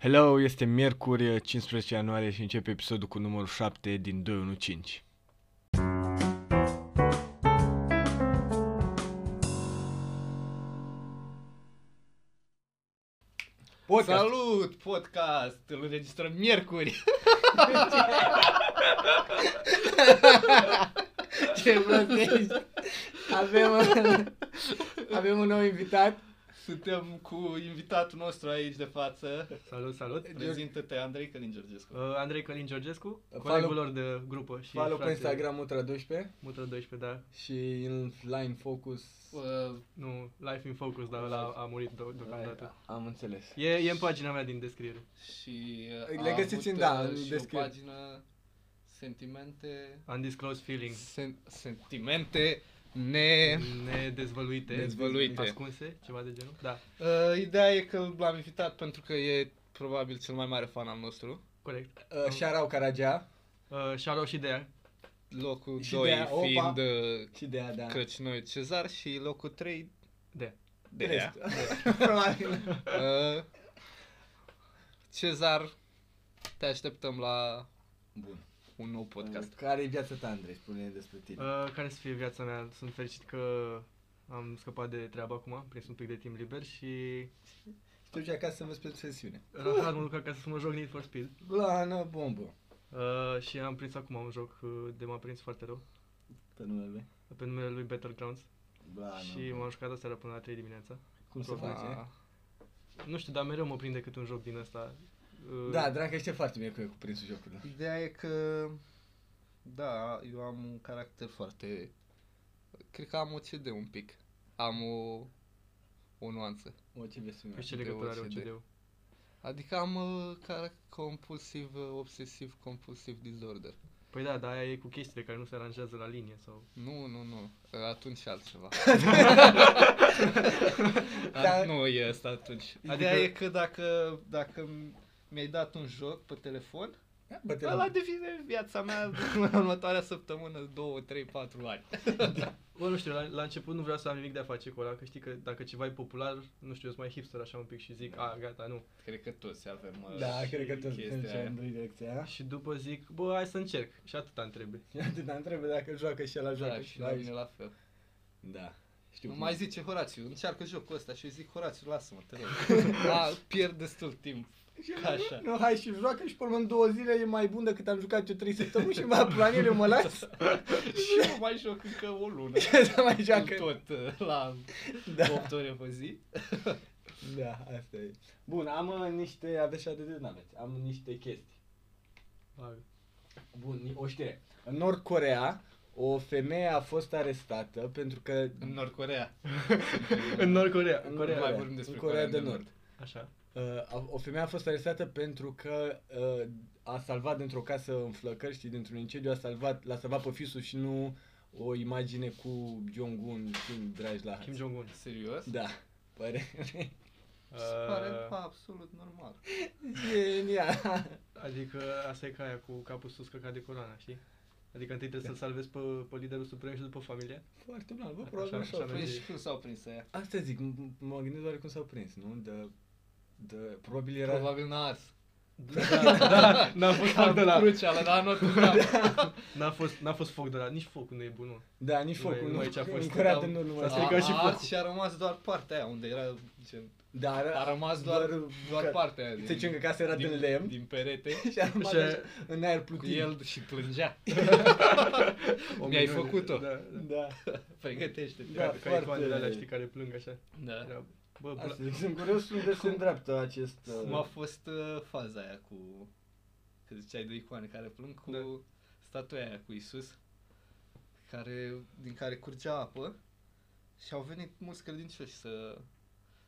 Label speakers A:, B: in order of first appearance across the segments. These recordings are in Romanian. A: Hello, este miercuri 15 ianuarie și începe episodul cu numărul 7 din 215.
B: Podcast.
C: Salut, podcast! Îl înregistrăm miercuri.
B: Ce plătești! Avem, avem un nou invitat.
C: Suntem cu invitatul nostru aici de față.
D: Salut, salut!
C: Prezintă-te, Andrei Călin Georgescu.
D: Uh, Andrei Călin Georgescu,
B: Follow-
D: colegul lor de grupă și
B: Follow pe
D: frate,
B: Instagram Mutra12
D: Mutră 12, da.
B: și în Line Focus
C: Uh,
D: Nu, Life in Focus, dar ăla a murit de- deocamdată.
B: am înțeles.
D: E, e în pagina mea din descriere.
C: și uh,
B: Le
C: a
B: găsiți
C: avut,
B: în- da,
C: uh,
B: în
C: și
B: descriere.
C: o pagină Sentimente...
D: Undisclosed Feelings.
C: Sen- sentimente ne...
D: Nedezvăluite.
C: Dezvăluite.
D: Ascunse, ceva de genul. Da,
C: Uh, ideea e că l-am invitat pentru că e probabil cel mai mare fan al nostru.
D: corect.
B: Uh, Șarau Caragea
D: Uh, Shadow și Dea.
C: Locul
B: Și
C: 2
B: de-aia, opa.
C: fiind uh,
B: și de da.
C: Crăciunoi Cezar și locul 3
D: Dea.
C: de
B: Rest.
C: ea.
B: Probabil.
C: Uh, Cezar, te așteptăm la
B: Bun.
C: un nou podcast.
B: Care e viața ta, Andrei? Spune despre tine.
D: Uh, care să fie viața mea? Sunt fericit că am scăpat de treabă acum, am prins un pic de timp liber și
B: Știu ce acasă să vă spre sesiune.
D: rahat mă duc acasă să mă joc Need for Speed.
B: Blană bombă.
D: Uh, și am prins acum un joc uh, de m-a prins foarte rău,
B: Pe numele lui.
D: pe numele lui Battlegrounds.
B: Blană.
D: și m-am jucat aseară până la 3 dimineața.
B: Cum se
D: Probabil.
B: face?
D: Nu știu, dar mereu mă prinde cât un joc din ăsta. Uh,
B: Da, Dranca știe foarte bine cu e cu prinsul jocului.
C: Ideea e că, da, eu am un caracter foarte... Cred că am OCD un pic. Am o, o nuanță.
B: O, ce vezi
D: Cu ce
C: de
D: legătură are
C: OCD.
D: OCD-ul?
C: Adică am uh, carac- compulsiv, uh, obsesiv, compulsiv disorder.
D: Păi da, dar aia e cu chestiile care nu se aranjează la linie sau...
C: Nu, nu, nu. Uh, Atunci altceva.
B: Da.
C: Dar nu e asta atunci. Ideea
D: Adică-
C: e că dacă, dacă mi-ai dat un joc pe telefon,
B: Bă-te
C: Ăla
B: la...
C: devine viața mea în următoarea săptămână, 2, 3, 4 ani.
D: Bă, nu știu, la, la început nu vreau să am nimic de a face cu ăla, că știi că dacă ceva e popular, nu știu, eu sunt mai hipster așa un pic și zic, a, gata, nu.
C: Cred că toți avem uh,
B: Da,
C: și
B: cred că tot
C: chestia
B: merge
C: aia.
B: în direcția aia.
D: Și după zic, bă, hai să încerc. Și atâta îmi trebuie.
B: Și atâta întrebe dacă joacă și la joacă
C: Da,
B: și
C: și la mine la fel.
B: Da. Știu.
C: Nu
B: cum
C: mai
B: e.
C: zice Horațiu, încearcă jocul ăsta și eu zic Horațiu, lasă-mă, te rog. A, pierd destul timp.
B: Și eu
C: Ca
B: zic,
C: așa.
B: Nu, hai și joacă și pe urmă în două zile e mai bun decât am jucat eu trei săptămâni și mă planele mă las.
C: și eu mai joc încă o lună.
B: Să mai joacă.
C: Tot uh, la
B: Da.
C: 8 ore pe zi.
B: Da, asta e. Bun, am uh, niște, aveți și de n-aveți, am niște chestii.
D: Bagă.
B: Bun, ni- o știre. În Nord Corea, o femeie a fost arestată pentru că...
C: În Nord-Corea.
D: în Nord Corea,
B: în
D: în Corea.
C: mai
B: Corea,
C: vorbim despre
B: în Corea de
C: Corea de
B: Nord.
C: Nord.
D: Așa.
B: Uh, a- o femeie a fost arestată pentru că uh, a salvat dintr-o casă în flăcări, știi, dintr-un incendiu, a salvat, l-a salvat pe fisul și nu o imagine cu Jong-un Kim dragi la
D: Kim
B: Kim
D: Jong-un.
C: Serios?
B: Da, pare
C: Mi Se pare
D: Uh,
C: absolut normal.
B: genial.
D: adică asta e ca aia cu capul sus căcat de coloana, știi? Adică întâi trebuie
C: Da.
D: să-l salvezi pe, pe liderul suprem și după familia.
B: Foarte bun, bă,
D: Așa,
B: probabil
D: așa
B: așa.
D: merge.
C: Păi și cum s-au prins aia?
B: Asta zic, m- m- mă gândesc doar cum s-au prins, nu? De, de, probabil era...
C: Probabil n-a ars.
D: Da, da, n-a fost foc de la...
C: Crucea, la da, nu
D: N-a fost, n-a fost foc de la... Nici focul nu e bunul.
B: Da, nici
D: Nu e-
B: focul
D: nu e ce a
B: nu. În
D: fost.
B: Corea de Nord nu
D: S-a
B: mai
D: stricat.
B: stricat.
D: și focul.
C: și a rămas doar partea aia unde era, gen,
D: da,
B: Dar
C: a rămas doar,
B: doar
C: doar,
B: că-
C: partea aia.
B: Deci încă casa era din lemn.
C: Din perete.
B: și a rămas
D: Și-
B: așa în aer
C: Cu
B: plutit.
C: el și plângea.
D: O
C: Mi-ai
D: minune.
C: făcut-o.
D: Da, da.
B: Da.
C: Pregătește-te.
B: Da.
D: Ca,
B: foarte-
D: ca icoanele alea, știi, care plâng așa.
C: da.
D: Era, Bă,
B: Asta
D: bla...
B: zic, sunt curios unde se îndreaptă acest... uh,
C: Cum a fost uh, faza aia cu, că ziceai de icoane care plâng, cu
D: Da.
C: statuia aia cu Isus, care, din care curgea apă și au venit mulți credincioși să,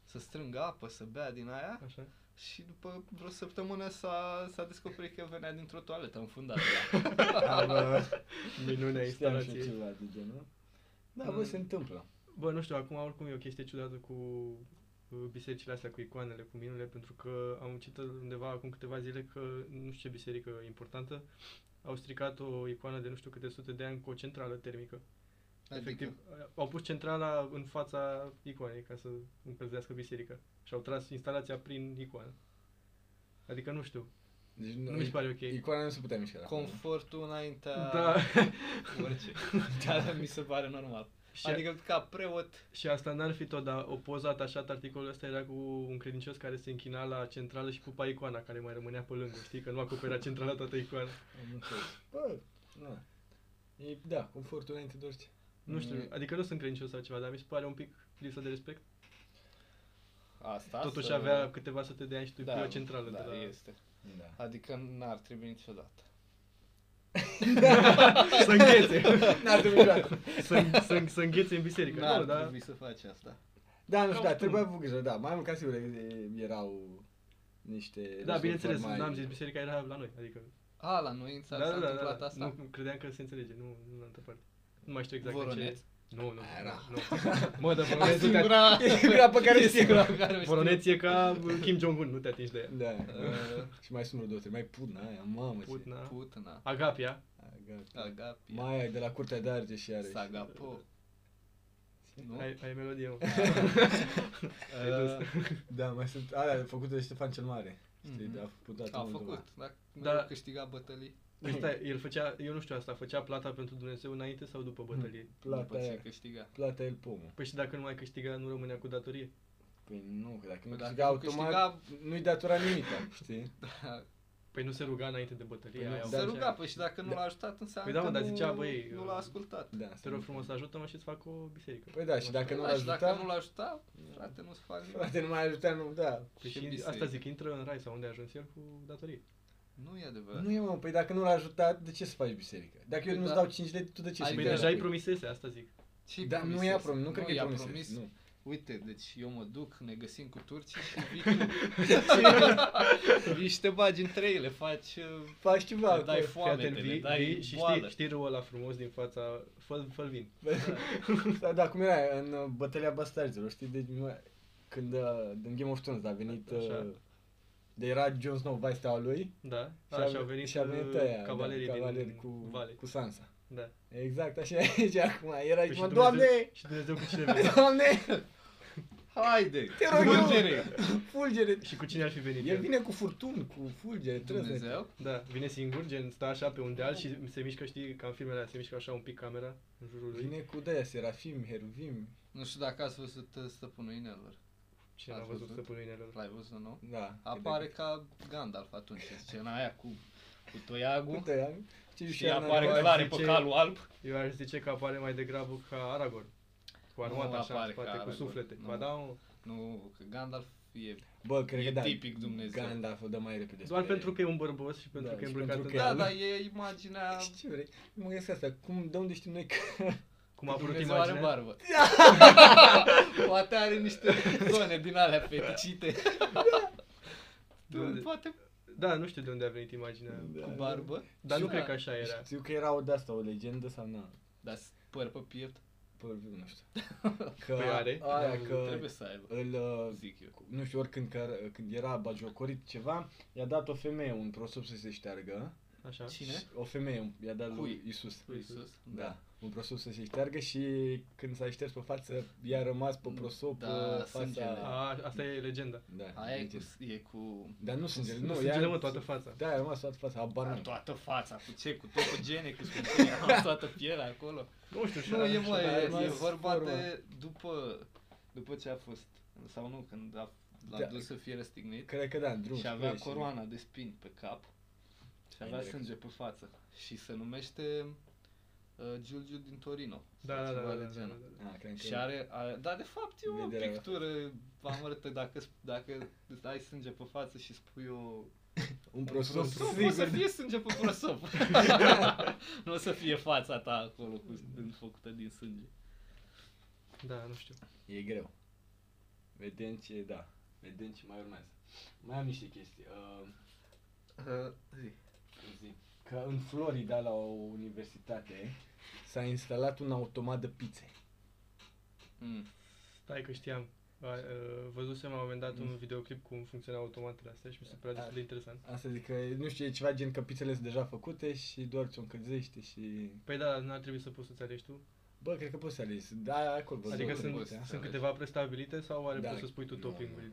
C: să strângă apă, să bea din aia
B: Da.
D: Așa.
C: Și după vreo săptămână s-a, s-a descoperit că venea dintr-o toaletă înfundată.
B: Am, uh,
D: Minunea
B: știam și eu
D: instalației.
B: ceva de genul. Da,
D: Mm.
B: bă, se întâmplă.
D: Bă, nu știu, acum oricum e o chestie ciudată cu uh, bisericile astea cu icoanele, cu minunile, pentru că am citit undeva acum câteva zile că nu știu ce biserică importantă au stricat o icoană de nu știu câte sute de ani cu o centrală termică. Efectiv, au pus centrala în fața icoanei ca să încălzească biserica și au tras instalația prin icoană. Adică nu știu,
B: Deci
D: nu mi se pare ok.
B: Icoana nu se putea mișca. da. de acolo.
C: Confortul înaintea
D: Da.
C: orice. Da, mi se pare normal.
D: și, adică...
C: Adică ca preot,
D: și asta n-ar fi tot, dar o poză atașată articolul ăsta era cu un credincios care se închina la centrală și pupa icoana care mai rămânea pe lângă, știi? Că nu acopera centrala toată icoana.
B: Am înțeles. Bă, na. E, da, confortul înainte de orice.
D: Nu știu,
C: Mm.
D: adică nu sunt credincios sau ceva, dar mi se pare un pic lipsă de respect.
C: asta
D: Totuși
C: să-
D: avea câteva sute de ani și tu da, pe o centrală
C: da,
D: de la...
C: este.
B: Da.
C: Adică n-ar trebui niciodată.
D: Să înghețe!
B: N-ar trebui niciodată.
D: să, să, să înghețe în biserică.
C: N-ar
D: nu, da?
C: trebui să faci asta.
B: Da, nu
D: Ca
B: știu,
D: un
B: da,
D: tun.
B: trebuia avut grijă, da. Mai mult ca sigur e- erau niște...
D: Da, bineînțeles,
B: mai...
D: n-am zis, biserica era la noi, adică...
C: A, la noi în țară
D: da,
C: s-a
D: da, da,
C: întâmplat
D: da,
C: asta.
D: nu credeam că se înțelege, nu, nu în altă parte. Nu mai știu exact
C: Voroneț?
D: în ce... Nu, nu, nu,
B: Aia era.
D: nu. Mă, dar
C: A
D: Voroneț nu te
C: singura,
B: E singura pe care
C: e
B: știu.
C: singura pe care o știu.
D: Voroneț e ca Kim Jong-un, nu te atingi de ea.
B: Da.
C: Uh,
B: Și mai sunt vreo două, trei. Mai putna aia, mamă ce...
D: Putna.
C: Putna,
D: Agapia.
B: A, gata.
C: Agapia,
B: Mai ai de la Curtea de Argeș și iarăși.
C: Sagapo. Nu? Ă,
D: Ai, ai melodie, mă.
C: Ai dus.
B: Da, mai sunt alea făcute de Ștefan cel Mare. Știi,
C: Mhm.
B: da, a făcut dată
C: A
B: mult doar.
C: făcut, dacă
D: Da.
C: da. câștiga bătălii.
D: Păi Stai, el făcea, eu nu știu asta, făcea plata pentru Dumnezeu înainte sau după bătălie?
B: Plata
C: după ce
B: aia,
C: câștiga.
B: plata el pomul.
D: Păi și dacă nu mai câștiga, nu rămânea cu datorie?
B: Păi nu, că dacă nu
C: Păi dacă
B: câștiga
C: nu
B: automat,
C: câștiga-
B: nu-i datora nimic, știi?
D: Păii Păi nu se ruga înainte de bătălie,
B: Păi nu,
D: aia o
B: da.
C: Se
D: făcea.
C: ruga, păi și dacă nu
B: Da.
C: l-a ajutat, înseamnă
D: Păi da, mă,
C: că
D: dar
C: nu,
D: zicea, băi,
C: nu
D: uh,
C: l-a ascultat.
B: Da,
D: Te rog frumos, ajută-mă și-ți fac o biserică.
B: Păi da, și dacă nu
C: Da,
B: l-a
C: și dacă
B: ajutat-
C: nu l-a ajutat, frate, nu-ți fac nimic.
B: Frate, nu mai ajuta, nu, da.
D: Păi
C: Și
D: și
C: biserică.
D: asta zic, intră în rai sau unde a ajuns el cu datorie.
C: Nu e adevărat.
B: Nu e, mă, păi dacă nu l-a ajutat, de ce să faci biserică? Dacă eu
C: Păi
B: nu-ți
C: da.
B: dau 5 lei, tu de ce să
D: Păi
C: Adică
B: dai
D: deja îi
B: înapoi?
D: promisese, asta zic.
C: Ce-i
B: Da, nu
C: promisese?
B: i-a promis, nu cred că i-a promis. Nu.
C: Uite, deci eu mă duc, ne găsim cu turcii și vii tu. vii și te bagi între ele, faci... uh,
B: Faci ceva
C: le dai
B: acolo.
D: Fii
C: foame,
D: atent,
C: te le
D: vii,
C: dai
D: vii și știi,
C: boală.
D: știi râul ăla frumos din fața, fă, fă vin.
B: da, da, cum era în uh, bătălia bastardzilor, știi? Deci, mă, când uh, din Game of Thrones a venit...
D: Așa.
B: uh, De era Jon Snow vaistaua lui
D: Da,
B: și a,
D: așa au venit,
B: și a venit
D: uh,
B: aia,
D: cavalerii
B: da, cavaleri
D: din
B: cu,
D: vale.
B: cu Sansa.
D: Da. Păi
B: Exact, așa e aici acum. Era aici,
D: și
B: mă,
D: Dumnezeu-
B: Doamne!
D: Și Dumnezeu cu cine venea?
B: Doamne!
C: Haide!
B: Te rog eu!
C: Fulgere!
B: Fulgere!
D: și cu cine ar fi venit
B: El
D: el?
B: vine cu furtun, cu fulgere, trăzne.
C: Dumnezeu?
D: Da, vine singur, gen, stă așa pe un deal și se mișcă, știi, ca în filmele alea, se mișcă așa un pic camera în jurul lui.
B: Vine cu de serafim, heruvim.
C: Nu știu dacă ați văzut uh, Stăpânul Inelor.
D: Cine a
C: Ați
D: văzut
C: văzut?
D: stăpânul inelor?
C: L-ai văzut, nu?
B: Da.
C: Apare ca Gandalf atunci, în scena aia cu, cu toiagul.
B: cu ce
C: Și apare
D: Gandalf,
C: clar pe
D: zice-
C: calul alb.
D: Eu aș zice că apare mai degrabă ca Aragorn. Cu armata așa,
C: apare
D: în spate,
C: ca
D: cu
C: Aragorn,
D: suflete.
C: nu.
D: Ba da, mă,
C: Nu, că Gandalf e...
B: Bă, cred
C: E
B: că da.
C: tipic Dumnezeu.
B: Gandalf o dă mai repede.
D: doar
B: spre-
D: pentru că e un bărbos și pentru
B: Da,
D: că e
B: și
D: îmbrăcat
B: pentru că
D: în
C: Da,
B: Realul?
C: dar e imaginea...
B: Da, Știi ce vrei? Eu mă gândesc asta, cum, de unde știm noi că...
D: Cum a apărut
C: Dumnezeu are
D: imaginea?
C: barbă. Poate are niște zone din alea feticite.
D: De unde?
C: Poate
D: Da, nu știu de unde a venit imaginea.
B: Da.
C: cu barbă.
D: Dar nu
C: Da.
D: cred că așa era.
B: Știu că era o de-asta, o legendă sau nu?
C: Dar s- păr pe piept.
B: Păi, nu știu. Că
D: Păi are.
B: Aia, că
C: Da, Trebuie să aibă,
B: îl... uh,
C: zic eu.
B: nu știu, oricând care, când era bagiocorit ceva, i-a dat o femeie un prosop să se șteargă.
D: Așa.
C: Cine?
B: Și O femeie i-a dat lui
C: Cui?
B: Isus.
D: Lui
C: Iisus.
B: Da, un prosop să se șteargă și când s-a șters pe față, i-a rămas pe prosop
C: Da,
B: da,
C: sângele.
B: fața...
D: A, asta e legenda.
B: Da,
C: Aia e
B: deci-
C: cu... E cu...
B: Dar nu sunt
D: Nu,
B: nu,
D: sângele,
B: ea-
D: mă, toată fața.
B: Da, a rămas toată fața, habar
C: Cu
B: n-am.
C: toată fața, cu ce? Cu tot cu gene, cu scutele, cu toată pielea acolo.
D: Nu știu, și
C: Nu, e,
B: și
C: mă,
B: a
C: e, e
B: rămas
C: vorba
B: formă.
C: de după, după ce a fost, sau nu, când a, l-a
B: Da.
C: dus să fie răstignit
B: Cred că da, în drum.
C: și
B: spre
C: avea
B: și-
C: coroana de spini pe cap și avea
B: Indirect.
C: sânge pe față și se numește uh, Giulgiu din Torino.
D: Da,
C: sau
D: da, da,
C: ceva
D: da,
C: de
D: da,
C: genul.
D: da, da.
B: Ah, cred
C: Și
B: că...
C: are, are, da, de fapt e o
B: Vedere.
C: pictură amărâtă dacă, sp- dacă îți ai sânge pe față și spui o...
B: Un prosop,
C: o să
B: sigur.
C: fie sânge pe prosop. nu o să fie fața ta acolo cu, făcută din sânge.
D: Da, nu știu.
B: E greu. Vedem ce, da. Vedem ce mai urmează. Mai am niște chestii. Uh,
C: Uh, zi.
B: zi, că în Florida, la o universitate, s-a instalat un automat de pizze.
C: Mm.
D: Stai că știam. A, a, Văzusem la un moment dat un videoclip cum funcționa automatele astea și mi se părea
B: Da.
D: destul de interesant.
B: Asta zic că, nu știu, e ceva gen că pițele sunt deja făcute și doar ți-o încălzește și...
D: Păi da, nu ar trebui să poți să-ți alegi tu.
B: Bă, cred că poți să alegi. Da, acolo.
D: Adică
C: nu
D: sunt,
C: poți să
B: Da.
D: sunt
C: alegi.
D: câteva prestabilite sau oare
B: Da.
D: poți să spui tu
B: Nu,
D: topping-ul?
B: nu, nu.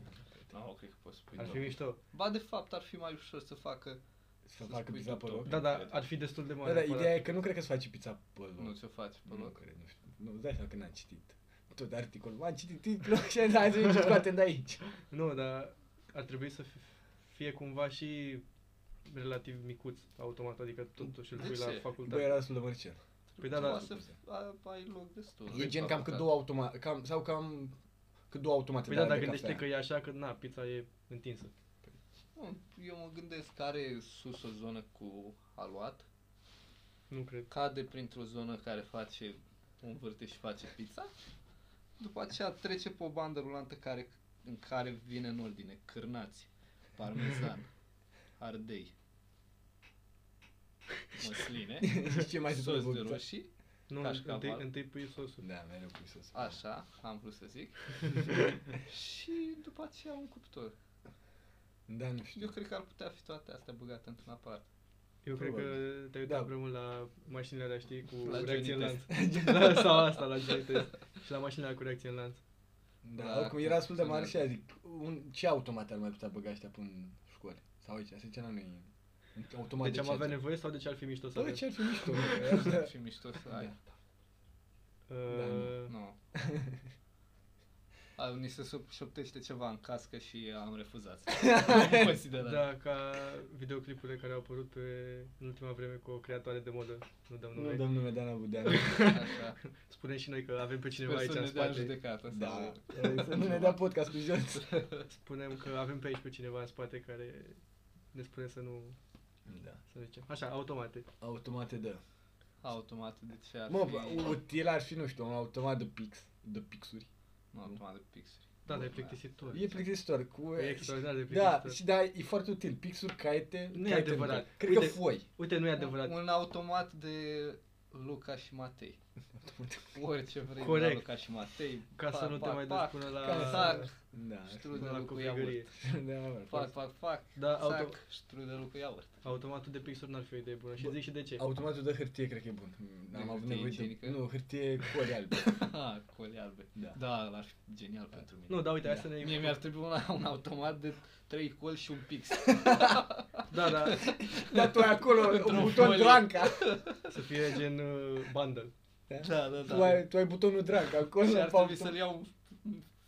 C: Nu, cred Ah, că poți spui.
D: Ar fi
C: doar.
D: mișto.
C: Ba, de fapt, ar fi mai ușor să facă...
B: Să
C: Să
B: facă
C: spui
B: pizza pe
C: tot.
B: loc.
D: Da, da,
C: cred.
D: ar fi destul de
B: Da,
D: mare.
B: da,
D: aparat.
B: ideea e că nu cred că se face pizza pe loc.
C: Nu ți-o faci pe
B: Nu
C: loc.
B: cred, nu știu. Nu, îți dai seama că n-am citit tot articolul. M-am citit titlul și am zis, hai să vedem ce scoatem de aici.
D: Nu, dar ar trebui să fi- fie cumva și relativ micuț automat, adică totuși îl
C: De
D: pui la
C: ce?
D: facultate.
B: Bă, era destul de mărcel.
D: Păi da, da.
C: Ceva Să a- ai loc destul.
B: E gen
C: da.
B: cam cât două automate, cam, sau cam cât două automate
D: Păi
B: de
D: da,
B: alea
D: dar
B: de
D: gândește că
B: cafea.
D: e așa că, na, pizza e întinsă.
C: Nu, Eu mă gândesc că are sus o zonă cu aluat,
D: Nu cred.
C: cade printr-o zonă care face, învârte și face pizza, după aceea trece pe o bandă rulantă care, în care vine în ordine cârnați, parmezan, ardei, măsline,
B: Și ce mai se
C: sos de
B: prăbuță?
C: roșii,
D: Nu,
C: Cașcaval.
D: întâi, întâi pui sosul.
B: Da, mereu pui sos.
C: așa, am vrut să zic, și după aceea un cuptor.
B: Da, nu
C: Eu
B: știu.
C: cred că ar putea fi toate astea băgate într-un aparat.
D: Eu cred că
B: Probabil.
D: te-ai uitat
B: Da.
D: prea mult la mașinile alea, știi, cu
C: La
D: reacție în
C: Johnny
D: lanț. Da, sau asta, la Johnny Test. Și la mașinile alea cu reacție în lanț.
B: Da,
C: Da,
B: oricum era destul de mare și
C: funcționează.
B: adic, un, ce automat ar mai putea băga ăștia până în școli? Sau aici, să zicem, nu e un automat
D: Deci am avea
B: centru.
D: nevoie sau de ce ar fi mișto să
B: Bă,
D: avem?
B: ce ar fi mișto. bă,
C: Ar
D: Da.
B: că-
C: fi mișto să ai.
D: Uh,
B: Da,
C: Nu. A, ni se sub- șoptește ceva în cască și am refuzat. Nu consider asta.
D: Da, ca videoclipurile care au apărut pe, în ultima vreme cu o creatoare de modă. Nu dăm nume.
B: Nu dăm nume de Ana Budeanu.
C: Așa.
D: Spunem și noi că avem pe cineva
C: Sper
D: aici
C: să
D: în
C: ne dea
D: spate.
C: judecată.
B: Da,
C: sau-
B: să nu ne dea podcastul jos.
D: Spunem că avem pe aici pe cineva în spate care ne spune să nu,
B: Da.
D: să nu zicem. Așa, automate.
B: Automate de.
C: Automat de ce ar
B: Mă,
C: fi...
B: bă, util ar fi, nu știu, un automat de pix, de pixuri.
C: Nu, automat de pixuri.
D: Da, dar e
C: Bă,
D: plictisitor.
B: E plictisitor cu...
D: E extraordinar de
B: Da,
D: plictisitor.
B: și da, e foarte util. Pixuri, caiete,
D: Nu e
B: caiete
D: adevărat.
B: mari. Cred
D: Uite-
B: că foi.
D: Uite, nu e
C: Un,
D: adevărat.
C: un automat de Luca și Matei. Orice vrei
D: Corect.
C: la Luca și Matei.
D: Ca să
C: pac,
D: nu te
C: pac,
D: mai duci
C: pac,
D: până la...
C: Casac,
B: Da,
D: până la
C: strudelul cu iaurt.
D: copilărie.
B: da,
C: Fac, fac, fac.
D: Da, auto,
C: Sac, strudelul cu iaurt.
D: automatul de pixuri n-ar fi o idee bună. Și
B: Bă,
D: zic și de ce.
B: Automatul de hârtie cred că e bun. Mm,
C: De
B: Am avut
C: hârtie
B: nevoie
C: igienică?
B: de... Nu, hârtie cu ori albe.
C: Ah, cole albe.
B: Da.
C: Da, ar fi genial pentru mine.
D: Nu, da, uite, hai să
C: Mie
D: ne...
C: mi-ar trebui un, un automat de trei coli și un pix.
D: Da, da,
B: Da, tu ai acolo
C: Într-o
B: un buton
C: folie.
B: dranca.
D: să fie gen uh, bundle.
C: Da, da,
B: Tu ai, tu ai butonul dranca acolo.
C: Și ar
B: pe
C: trebui
B: auto-
C: să-l iau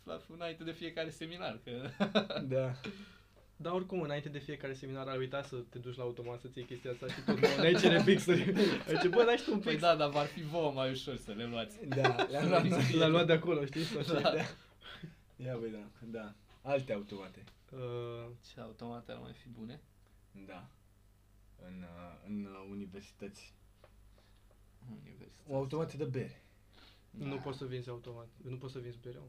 C: la, înainte de fiecare seminar, că
B: Da.
D: Dar oricum, înainte de fiecare seminar, ar uita să te duci la automat să-ți iei chestia asta și tot nu ai cere pixuri. Zice, bă, dai și tu un
C: Păi
D: pix.
C: da, dar v-ar fi vouă mai ușor să le luați
B: Da, le-am luat noi.
D: L-a luat de acolo, știi? Sau așa.
C: da.
B: Ia băi, da, da. Alte automate.
D: Uh,
C: Ce automate ar mai fi bune?
B: Da. În, uh, în uh, universități.
C: Universitate.
B: O automate de bere.
C: Da.
D: Nu poți să vinzi automat. Nu poți să vinzi bere. mă.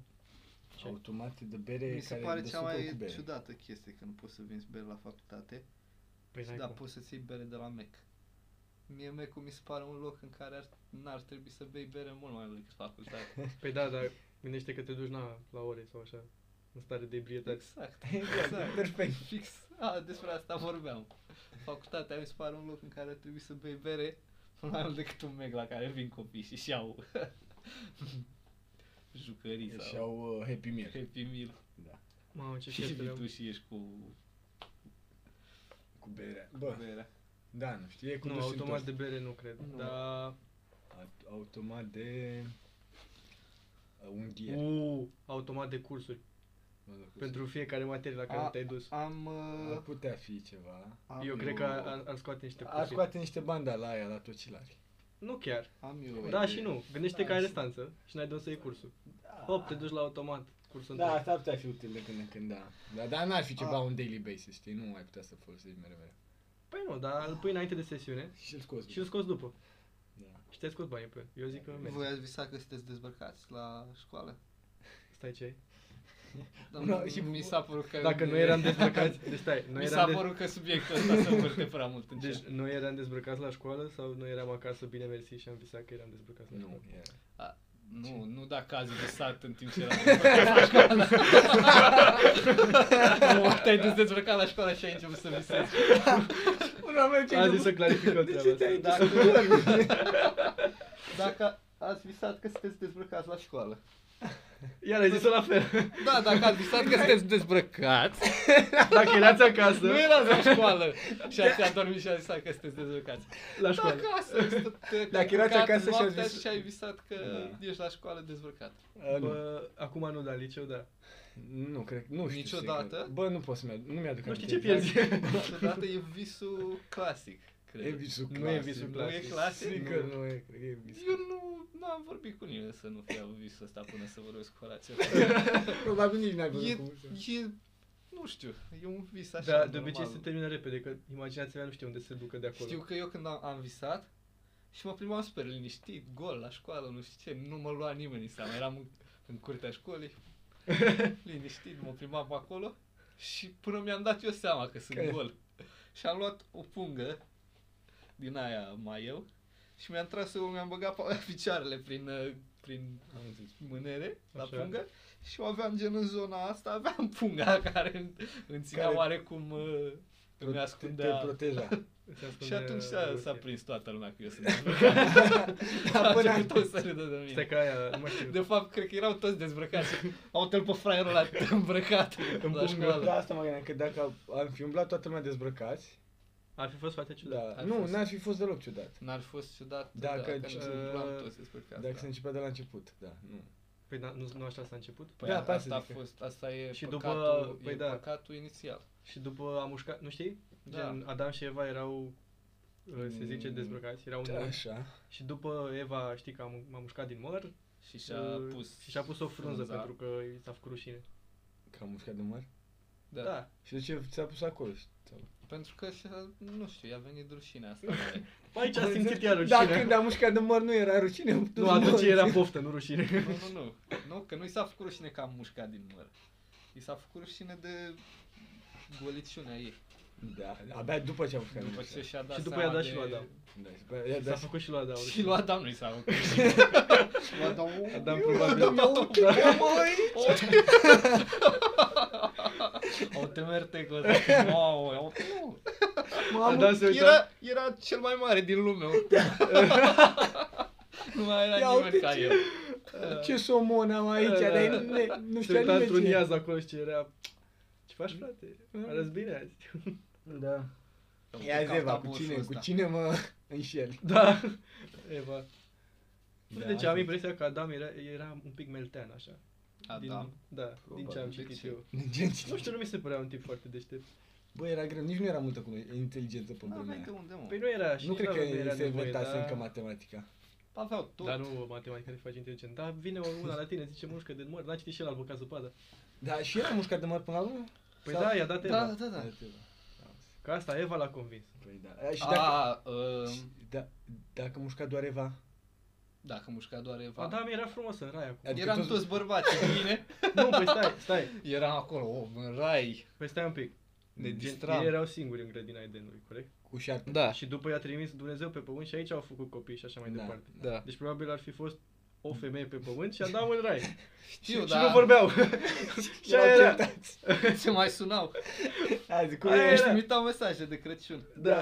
D: Ce?
B: Automate de bere
C: Mi se
B: care
C: pare
B: dă
C: cea
B: sucru
C: mai
B: cu bere.
C: ciudată chestie că nu poți să vinzi bere la facultate
D: Păi
C: și
D: n-ai
C: da,
D: cum.
C: poți să-ți iei bere de la Mac. Mie mac mi se pare un loc în care ar, n-ar trebui să bei bere mult mai mult decât facultate.
D: Păi da, dar gândește că te duci na, la ore sau așa. În stare de ebrietate.
C: Exact.
B: Exact, perfect.
C: Fix. A, despre asta vorbeam. Facultatea mi se pare un loc în care ar trebui să bei bere mai mult decât un mec la care vin copii și și-au jucării sau
B: Și au uh, Happy Meal.
C: Happy Meal.
D: Mamă, ce
C: și
D: chestie
C: vii tu
D: am.
C: și ești cu
B: Cu bere. Bă,
C: berea.
B: da, nu știu, e cu
D: Nu,
B: dus și
D: automat de
B: întors.
D: bere nu cred.
C: Nu.
D: Dar...
B: Aut- Automat de... uh, Unghie.
D: Uuu, automat de cursuri.
B: Mă duc cu
D: Pentru fiecare materie la care
C: A,
D: te-ai dus.
C: Am...
B: sub- Ar
C: Uh,
B: putea fi ceva.
C: am
D: Eu cred că ar, ar scoate niște
B: Ar
D: cursuri.
B: scoate niște banda la aia, la tocilari.
D: Nu chiar.
C: Am eu. o
D: Da
C: idee.
D: și nu. Gândește
C: Da
D: că ai
C: și-
D: restanță și n-ai de unde să iei cursul. Hop, te duci la automat. Cursul
B: Da,
D: întreg.
B: asta ar putea fi util de Ah. când în când, da. Dar, dar n-ar fi ceva
C: A.
B: un daily basis, știi? Nu ai putea să folosești mereu, mereu.
D: Păi nu, dar îl pui înainte de sesiune
B: Și îl scoți.
D: și îl scoți după.
B: Da.
D: Și te-ai scos banii pe el. Eu zic că merge.
C: Voi ați visat că sunteți dezbărcați la școală?
D: Stai ce ai?
C: Dar
B: Nu,
C: mi-
B: și-
C: Da, mi s-a părut că...
D: Da, Dacă noi eram dezbrăcați, deci stai, noi
C: mi s-a
D: eram,
C: părut că subiectul ăsta se învârte prea mult în
D: de, deci
C: cer.
D: noi eram dezbrăcați la școală sau noi eram acasă bine mersi și am visat că eram dezbrăcați la
B: Nu,
D: școală?
B: e.
C: Nu, nu da dacă ați visat în timp ce eram la școală. Nu, te-ai dus dezbrăcat la școală și ai început să visezi.
B: Până am merge
D: Am zis să clarificăm treaba asta.
B: te-ai-
C: Dacă, dacă ați visat că sunteți dezbrăcați la școală.
D: Iar ai zis-o la fel.
C: Da, dacă ați visat că sunteți dezbrăcați,
D: Dacă erați acasă,
C: nu erați la școală
D: Da.
C: și ați ați dormit și ați visat că sunteți dezbrăcați.
D: la
C: Da,
D: școală.
C: acasă. stă- te-ai
B: Dacă erați
C: culcat
B: acasă și ați
C: noaptea
B: vis-
C: și ai visat că
B: Da.
C: ești la școală dezbrăcat.
B: Uh, nu.
D: Bă, acum nu, dar în liceu, da.
B: nu, cred, nu știu.
C: Niciodată?
B: sigur. Bă, nu pot să mi nu mi-aduc
D: Nu știu ce
B: aminte
D: pierzi.
B: exact.
C: Niciodată e visul clasic, cred.
B: E visul
D: Nu e
B: clasic.
D: visul
C: Nu e
D: clasic.
C: clasic?
B: Sigur
C: Nu.
B: că nu e, cred că e visul.
C: Eu nu, nu am vorbit cu nimeni să nu fie avut visul ăsta până să vorbesc cu Horatiu.
B: Probabil nici n-ai văzut
C: e,
B: cum
C: e, nu știu, e un vis așa
D: Da, de obicei se
C: normal.
D: termină repede, că imaginația mea nu știe unde se ducă de acolo.
C: Știu că eu când am, am visat și mă plimbam super liniștit, gol la școală, nu știu ce, nu mă lua nimeni în seama, eram în, în curtea școlii, liniștit, mă plimbam pe acolo și până mi-am dat eu seama că sunt
B: Că-
C: gol. Și am luat o pungă din aia mai eu și mi-am tras eu, mi-am băgat pa- picioarele prin, uh, prin
B: Am zis.
C: mânere la
D: Așa.
C: pungă și o aveam gen în zona asta, aveam punga care îmi, îmi ținea
B: Care-
C: oarecum uh, îmi
B: Te
C: ascundea
B: proteja.
D: Îți ascunde
C: și atunci s-a,
D: ruchia.
C: s-a prins toată lumea că eu sunt dezbrăcat.
B: Dar
D: Da,
C: a
B: până
C: început toți să râdă de
D: Stai
C: mine.
D: că aia, nu mai știu.
C: De fapt, cred că erau toți dezbrăcați. Au l pe fraierul ăla îmbrăcat la
B: Da,
C: școală.
B: asta mă gândeam, că dacă am fi umblat toată lumea dezbrăcați,
D: Ar fi fost foarte ciudat.
B: da,
C: Ar
B: nu,
C: fost.
B: n-ar fi fost deloc ciudat.
C: N-ar fi fost ciudat
D: Da,
B: Dacă-
C: dacă ne
B: uh,
C: întâmplam toți dezbrăcați.
B: Dacă
C: da.
B: se începea de la început, da, nu.
D: Păi da, nu, nu așa s-a început?
C: Păi
B: Da,
C: da,
B: pe asta
C: asta, a
B: zic.
C: fost, asta e
D: Și după-
C: păcatul,
D: păi
C: e
D: da.
C: păcatul inițial.
D: Și după a mușcat, nu știi?
C: Da.
D: Gen, Adam și Eva erau, uh, se zice,
B: Mm.
D: dezbrăcați, erau
B: Da,
D: da.
B: așa.
D: Și după Eva, știi că am- m-a mușcat din măr
C: Și și-a
D: uh,
C: pus
D: și și-a pus o
B: Da.
D: frunză
C: frunza.
D: pentru că i s-a făcut rușine.
B: Că am mușcat de măr.
C: Da.
D: da.
B: Și de ce ți-a pus acolo? Sau-
C: Pentru că, și-a- nu știu, i-a venit rușinea asta. mare.
D: Bă, Aici a simțit ea
B: Da,
D: rușine.
B: când am mușcat de măr nu era rușine. tu
D: Nu, atunci era poftă, nu rușine.
C: Nu, nu, nu. Nu, că nu i s-a făcut rușine că am mușcat din măr. I s-a făcut rușine de goliciunea ei.
B: Da, abia după ce am mușcat de
C: După
B: măr.
C: ce și-a dat
D: Și după i-a
C: seama
D: dat
C: de...
D: și lui Adam.
B: Da, și pe- ia,
D: S-a
B: da, și-
D: făcut și lui Adam.
C: Și
D: rușine.
C: lui Adam nu i s-a făcut rușine. Lui Adam,
D: Adam
B: Da,
D: probabil.
B: mi-a uite, mă, măi!
C: au temerte cu ăsta. Mamă, au nu.
D: Adam Da, se Da. uita.
C: Era, era cel mai mare din lume. nu mai era
B: Ia
C: nimeni
B: uite
C: ca
B: ce-
C: eu.
B: Ce somon am aici,
D: Da,
B: dar
D: da.
B: ne- nu
D: Se
B: știa
D: uita într-un
B: nimeni ce e. Mm.
D: iaz acolo și ce era. Ce faci, frate? Arăți bine azi.
B: Da.
C: Am
B: Ia
C: picat
B: Zeva, cu
C: tabușul
B: cine, cu
C: ăsta.
B: cine mă înșeli?
D: Da. Eva.
B: Da,
D: Nu știu de ce am
B: asta-
D: impresia că Adam era, era un pic meltean, așa.
C: Adam.
D: Din, da, din ce am
B: Probabil.
D: citit
C: Ce-
D: eu.
B: Gen,
D: Nu știu, nu mi se părea un tip foarte deștept.
B: Bă, era greu, nici nu era multă cu inteligență pe
C: Nu, hai
B: vremea
C: de
B: aia.
C: unde, mă?
D: Păi nu era așa.
B: Nu cred că
D: era
B: se
D: nevoie, da.
B: inventase
D: dar-
B: încă matematica.
C: Aveau tot.
D: Dar nu matematica te face inteligent. Dar vine una la tine, zice mușcă de măr, n-a citit și el albă ca zăpada.
B: Da, și era mușcat de măr până la urmă?
D: Păi
B: Sau-
D: da, i-a dat Eva.
C: da, da, da.
D: Că asta Eva l-a convins.
B: Păi da. Și dacă,
C: A, ă,
B: și da, dacă mușca doar Eva,
C: Dacă mușca doar Eva.
D: Adam da, era frumos în rai acum.
B: Adică
C: da. Eram
B: toți-
C: toți bărbați, bine?
D: Nu, păi stai, stai.
C: Eram acolo, om, în rai.
D: Păi stai un pic.
C: Ne
D: Gen,
C: distram.
D: Ei erau singuri în grădina Edenului, corect?
B: cu șarpe.
C: Da,
D: Și după i-a trimis Dumnezeu pe pământ și aici au făcut copii și așa mai
B: Da.
D: departe.
C: da.
D: Deci probabil ar fi fost o femeie pe pământ și Adam în rai.
C: Știu, da.
D: și,
C: dar
D: și nu vorbeau. și aia
B: Erau
D: era.
B: certați.
C: se mai sunau.
B: Azi, cum
D: Aia
B: e?
D: era.
C: Își trimiteau mesaje de Crăciun.
D: Da. A,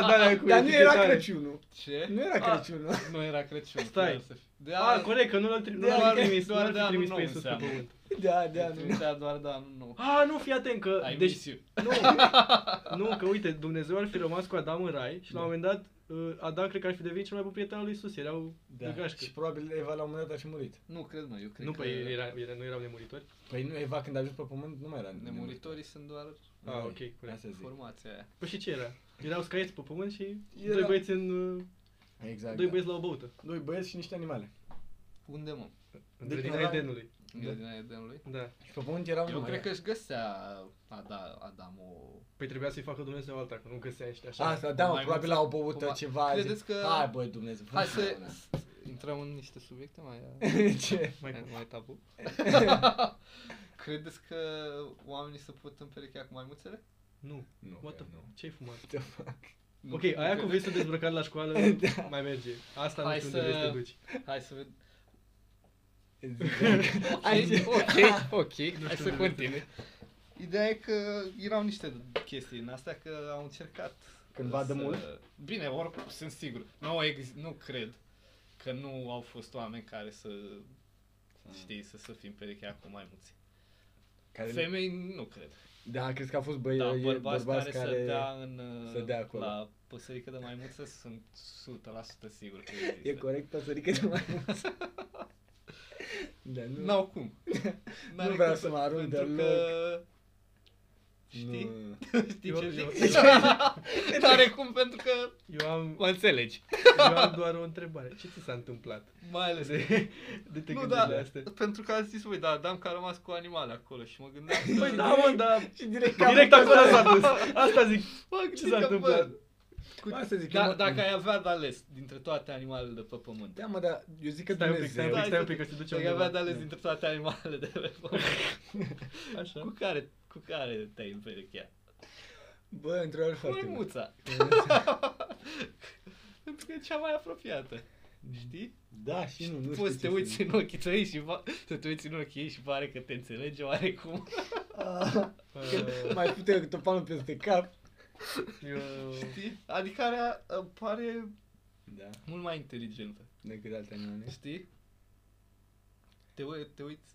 D: da, da, cu
B: Dar nu era
D: etichetare.
B: Crăciunul.
C: Ce?
B: Nu era
D: A.
B: Crăciunul. Da,
C: Nu era Crăciun.
D: Stai.
C: clar să fie. De
D: A, corect, că nu l-a trimis, nu
B: De
C: Da.
D: l-a
B: anul-
D: trimis,
C: doar
D: doar
C: de
D: l-a
C: anul
D: trimis
C: nou
D: pe Iisus pe
C: înseamnă.
D: pământ.
B: Da,
C: de
B: da, nu.
C: trimitea doar de anul nou.
D: A, nu, fii atent că...
C: Ai
D: Deci,
C: deci... you.
D: nu, nu, că uite, Dumnezeu ar fi rămas cu Adam în rai și la
B: Da.
D: un moment dat uh, Adam cred că ar fi devenit cel mai bun prieten al lui Iisus, erau da.
B: Da. Și probabil Eva la un moment dat a și murit.
C: Nu, cred mă, eu cred
D: Nu,
C: că
D: păi era, era, nu erau nemuritori?
B: Păi nu, Eva când a ajuns pe pământ nu mai era
C: nemuritorii sunt doar
D: Ah, ok, corect.
B: Asta zic.
C: formația aia.
D: Păi și ce era? Erau scaieți pe pământ și
B: Era-
D: doi băieți în... uh,
B: Exact.
D: doi
B: da.
D: băieți la o băută.
B: Doi băieți și niște animale.
C: Unde mă?
B: Deci
D: În grădina
B: era-
D: Edenului.
C: În
B: Da.
C: grădina Edenului?
D: Da.
B: Și pe pământ erau
C: Eu
B: numai
C: cred că
B: ea.
C: își găsea Ada, Adam o...
D: Păi trebuia să-i facă Dumnezeu alta, că nu găsea niște așa.
B: Asta, da, mă,
C: Mai
B: probabil
C: mult-
B: au băut
C: probabil.
B: ceva.
C: Credeți
B: zic,
C: că-
B: Hai, băi, Dumnezeu.
C: Hai
B: până
C: să
B: la una."
C: intrăm în niște subiecte mai,
B: Ce?
D: Mai
C: mai, mai tabu. Credeți că oamenii se pot împerechea cu maimuțele?
D: Nu.
B: Nu,
D: What the...
B: cred, nu.
D: Ce-ai fumat?
B: What the fuck?
C: Nu,
D: Ok,
C: nu
D: aia cu
C: credeți?
D: visul dezbrăcat la școală
B: Da.
D: mai merge. Asta
C: Hai
D: nu știu
C: să-
D: unde vrei să te duci.
C: Hai să vedem.
B: Zic, da, Hai zi.
C: ok, ok,
D: știu
C: hai
D: unde
C: să
D: merge.
C: continui. Ideea e că erau niște chestii în astea că au încercat
B: Cândva de
C: să-
B: mult?
C: Bine, oricum, sunt sigur. Nu, ex- nu cred că nu au fost oameni care să Știi, să, să fim perechea cu maimuți.
B: Care,
C: Femei nu cred.
B: da, crezi că a fost băie,
C: Da,
B: e-
C: bărbați, bărbați care, să dea
B: care
C: în, uh,
B: să dea acolo.
C: la păsărică de maimuță sunt 100% sigur că
B: E
C: există.
B: corect păsărică de mai mult. Dar nu,
C: N-au cum. N-are
B: vreau
C: cum
B: să mă arunc
C: pentru
B: deloc.
C: că- Știi?
B: nu,
C: Știi
D: Eu-
C: ce
D: eu-
C: zic?
D: eu-
C: N-are cum pentru că
D: Eu am,
C: mă înțelegi.
D: eu am doar o întrebare. Ce ți s-a întâmplat?
C: Mai ales
D: De, de te
C: nu,
D: gândești
C: da,
D: la astea?
C: pentru că am zis, băi, da, Adam că a rămas cu animale acolo și mă gândeam că...
D: Păi da, mă, da.
B: Și direct,
D: Direct acolo s-a dus. Asta zic.
C: Mă
D: Ce
C: gândeam
D: s-a
C: că,
D: întâmplat?
C: bă,
B: Cu... Asta zic,
C: Da,
B: eu mă-
C: dacă ai avea de ales dintre toate animalele de pe pământ.
B: Da, mă, dar eu zic că
D: Stai un pic, stai un
B: Dumnezeu...
D: pic,
C: Hai
D: stai un
C: să-
D: pic, că se duce
C: Dacă ai avea de
D: undeva.
C: ales dintre toate animalele de pe pământ. Cu
D: Așa.
C: care, cu care te-ai împerechea?
B: Bă, întrebări
C: Cu
B: foarte bune.
C: maimuța. Pentru că e cea mai apropiată. Știi?
B: Da, și nu, nu știu
C: Poți să te
B: ce să
C: uiți
B: zic.
C: în ochii tăi și va- să te uiți în ochii ei și pare că te înțelege oarecum.
B: Ah,
D: Uh,
B: Mai putea câte o palmă peste cap.
D: eu...
C: Știi? Adică are, pare
B: Da,
C: mult mai inteligentă.
B: decât alte animale.
C: Știi? Te, ui- te uiți?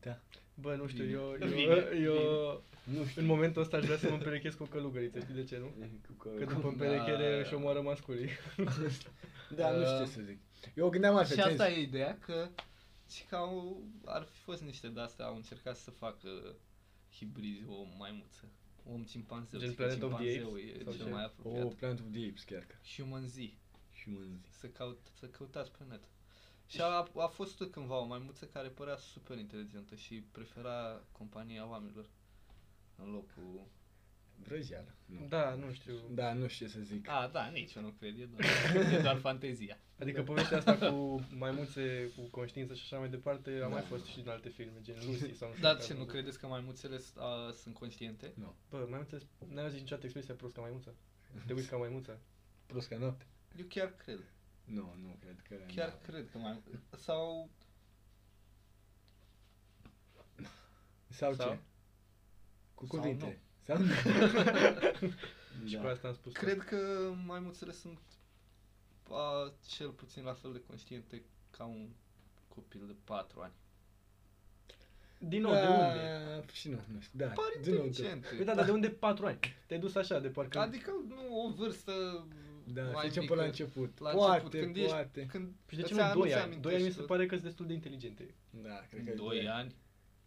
B: Da.
D: Bă, nu știu,
C: Vine.
D: eu,
C: Vine,
D: eu, eu
B: Nu știu.
D: în momentul ăsta aș vrea să mă împerechez cu o călugăriță, știi de ce, nu? Că după împerechere
C: Da.
D: își omoară masculii.
B: Da, nu știu ce să zic. Eu gândeam așa,
C: și asta
B: ți-am
C: e ideea că și că au, ar fi fost niște de-astea, au încercat să facă hibrizi o maimuță. Om cimpanzeu.
D: Gen
C: zic că
D: Planet of the
C: cimpanzeul
D: Apes?
C: E
D: Sau
C: cel
D: ce?
C: mai
B: zis.
C: apropiat.
B: O, Planet of the Apes chiar că.
C: Human Z.
B: Human Z.
C: Să, caut, să căutați pe net. Și a, a fost cândva o maimuță care părea super inteligentă și prefera compania oamenilor în locul...
B: Vrăjeală. Nu.
D: Da, nu știu.
B: Da, nu știu ce să zic.
C: A, da, nici eu nu cred, e doar, e doar fantezia.
D: Adică povestea asta cu maimuțe, cu conștiință și așa mai departe, a
B: Da.
D: mai fost și în alte filme, gen Lucy sau nu știu
C: Dar Da,
D: care
C: ce,
D: am
C: nu
D: văzut.
C: credeți că maimuțele s- a, sunt conștiente?
D: Bă, maimuțe, n-ai auzit niciodată expresia prost ca maimuța? Te uiți ca maimuța?
B: Prost ca noapte?
C: Eu chiar cred.
B: Nu, nu cred că...
C: Chiar
B: da.
C: cred că mai... Sau...
B: Sau,
D: Sau?
B: ce? Cu
C: Sau
B: cuvinte. Sau nu.
D: Și cu
B: da.
D: asta am spus.
C: Cred că maimuțele sunt a, cel puțin la fel de conștiente ca un copil de 4 ani.
D: Din nou, de unde?
B: Da, Și nu, nu știu. Da,
C: Par
B: din nou, da.
C: inteligente.
D: Păi da, dar de unde patru ani? Te-ai dus așa, de parcă...
C: Adică nu o vârstă
B: Da, să
C: mai
B: zicem
C: mică.
B: până la început.
C: La început,
B: poate,
C: când ești-
B: poate.
C: Când
D: Și de
C: îți
D: ce nu
C: aminti-
D: 2
C: îți
D: ani? 2 ani mi
C: amintești
D: se
C: tot.
D: pare că sunt destul de inteligente.
B: Da, cred că...
C: Doi ani?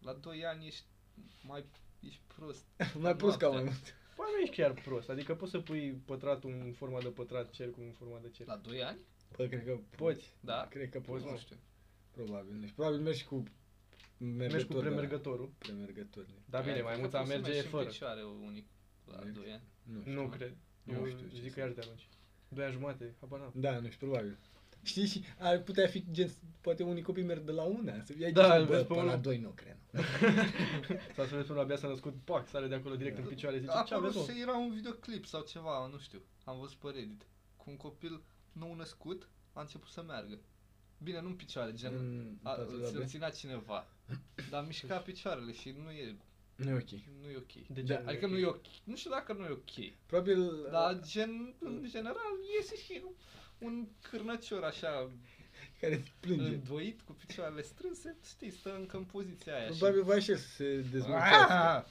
C: La 2 ani ești mai... ești prost.
B: Mai prost ca mai
C: Noaptea.
B: mult.
D: Păi nu ești chiar prost, adică poți să pui pătratul în forma de pătrat, cercul în forma de cerc.
C: La 2 ani?
B: Bă, cred că...
D: Poți.
C: Da?
B: Cred că poți.
D: Poți,
C: Nu
B: nu.
C: știu.
B: Probabil, nu știu. Probabil mergi cu... da.
D: Mergi cu
B: de la-
D: premergătorul.
B: Premergător. de-
D: Da, bine,
C: Cred
D: mai
C: că
D: mulța
C: poți să
D: merge
C: mergi și în
D: fără.
C: picioare unic la
B: Mergi.
C: 2 ani.
B: Nu știu.
D: Nu cred.
B: Nu
D: Eu
B: știu ce
D: zic
B: să
D: că iar de alungi. Doi ani jumate, habar n-am.
B: Da, nu știu, probabil. Știi, și ar putea fi gen, poate unii copii merg de la una, să fie
D: Da,
B: da,
D: îl
B: bă,
D: vezi pe
B: până la
D: unul.
B: doi nu, cred. nu.
D: Sau să vezi unul abia s-a născut, pac, sare de acolo direct în picioare, zice, Deci, ce
C: Acolo
D: aveți
C: se
D: mă?
C: era un videoclip sau ceva, nu știu. Am văzut pe Reddit. Cu un copil nou născut a început să meargă. Bine, nu în picioare, gen...
B: Mm,
C: A,
D: da,
B: toate la
C: ți-l
B: bine.
C: ținea cineva. Dar mișca picioarele și nu e,
B: Nu e ok.
C: nu e ok.
D: De
B: Da,
D: ce?
C: Adică nu e ok. Nu știu dacă nu e ok.
D: Da,
B: Probabil,
C: Dar gen, în general, iese și un cârnăcior așa
B: care se plânge.
C: îndoit cu picioarele strânse, știi, stă încă în poziția aia
B: Probabil
C: și...
B: voia și el să se dezmorțească.
C: Ah!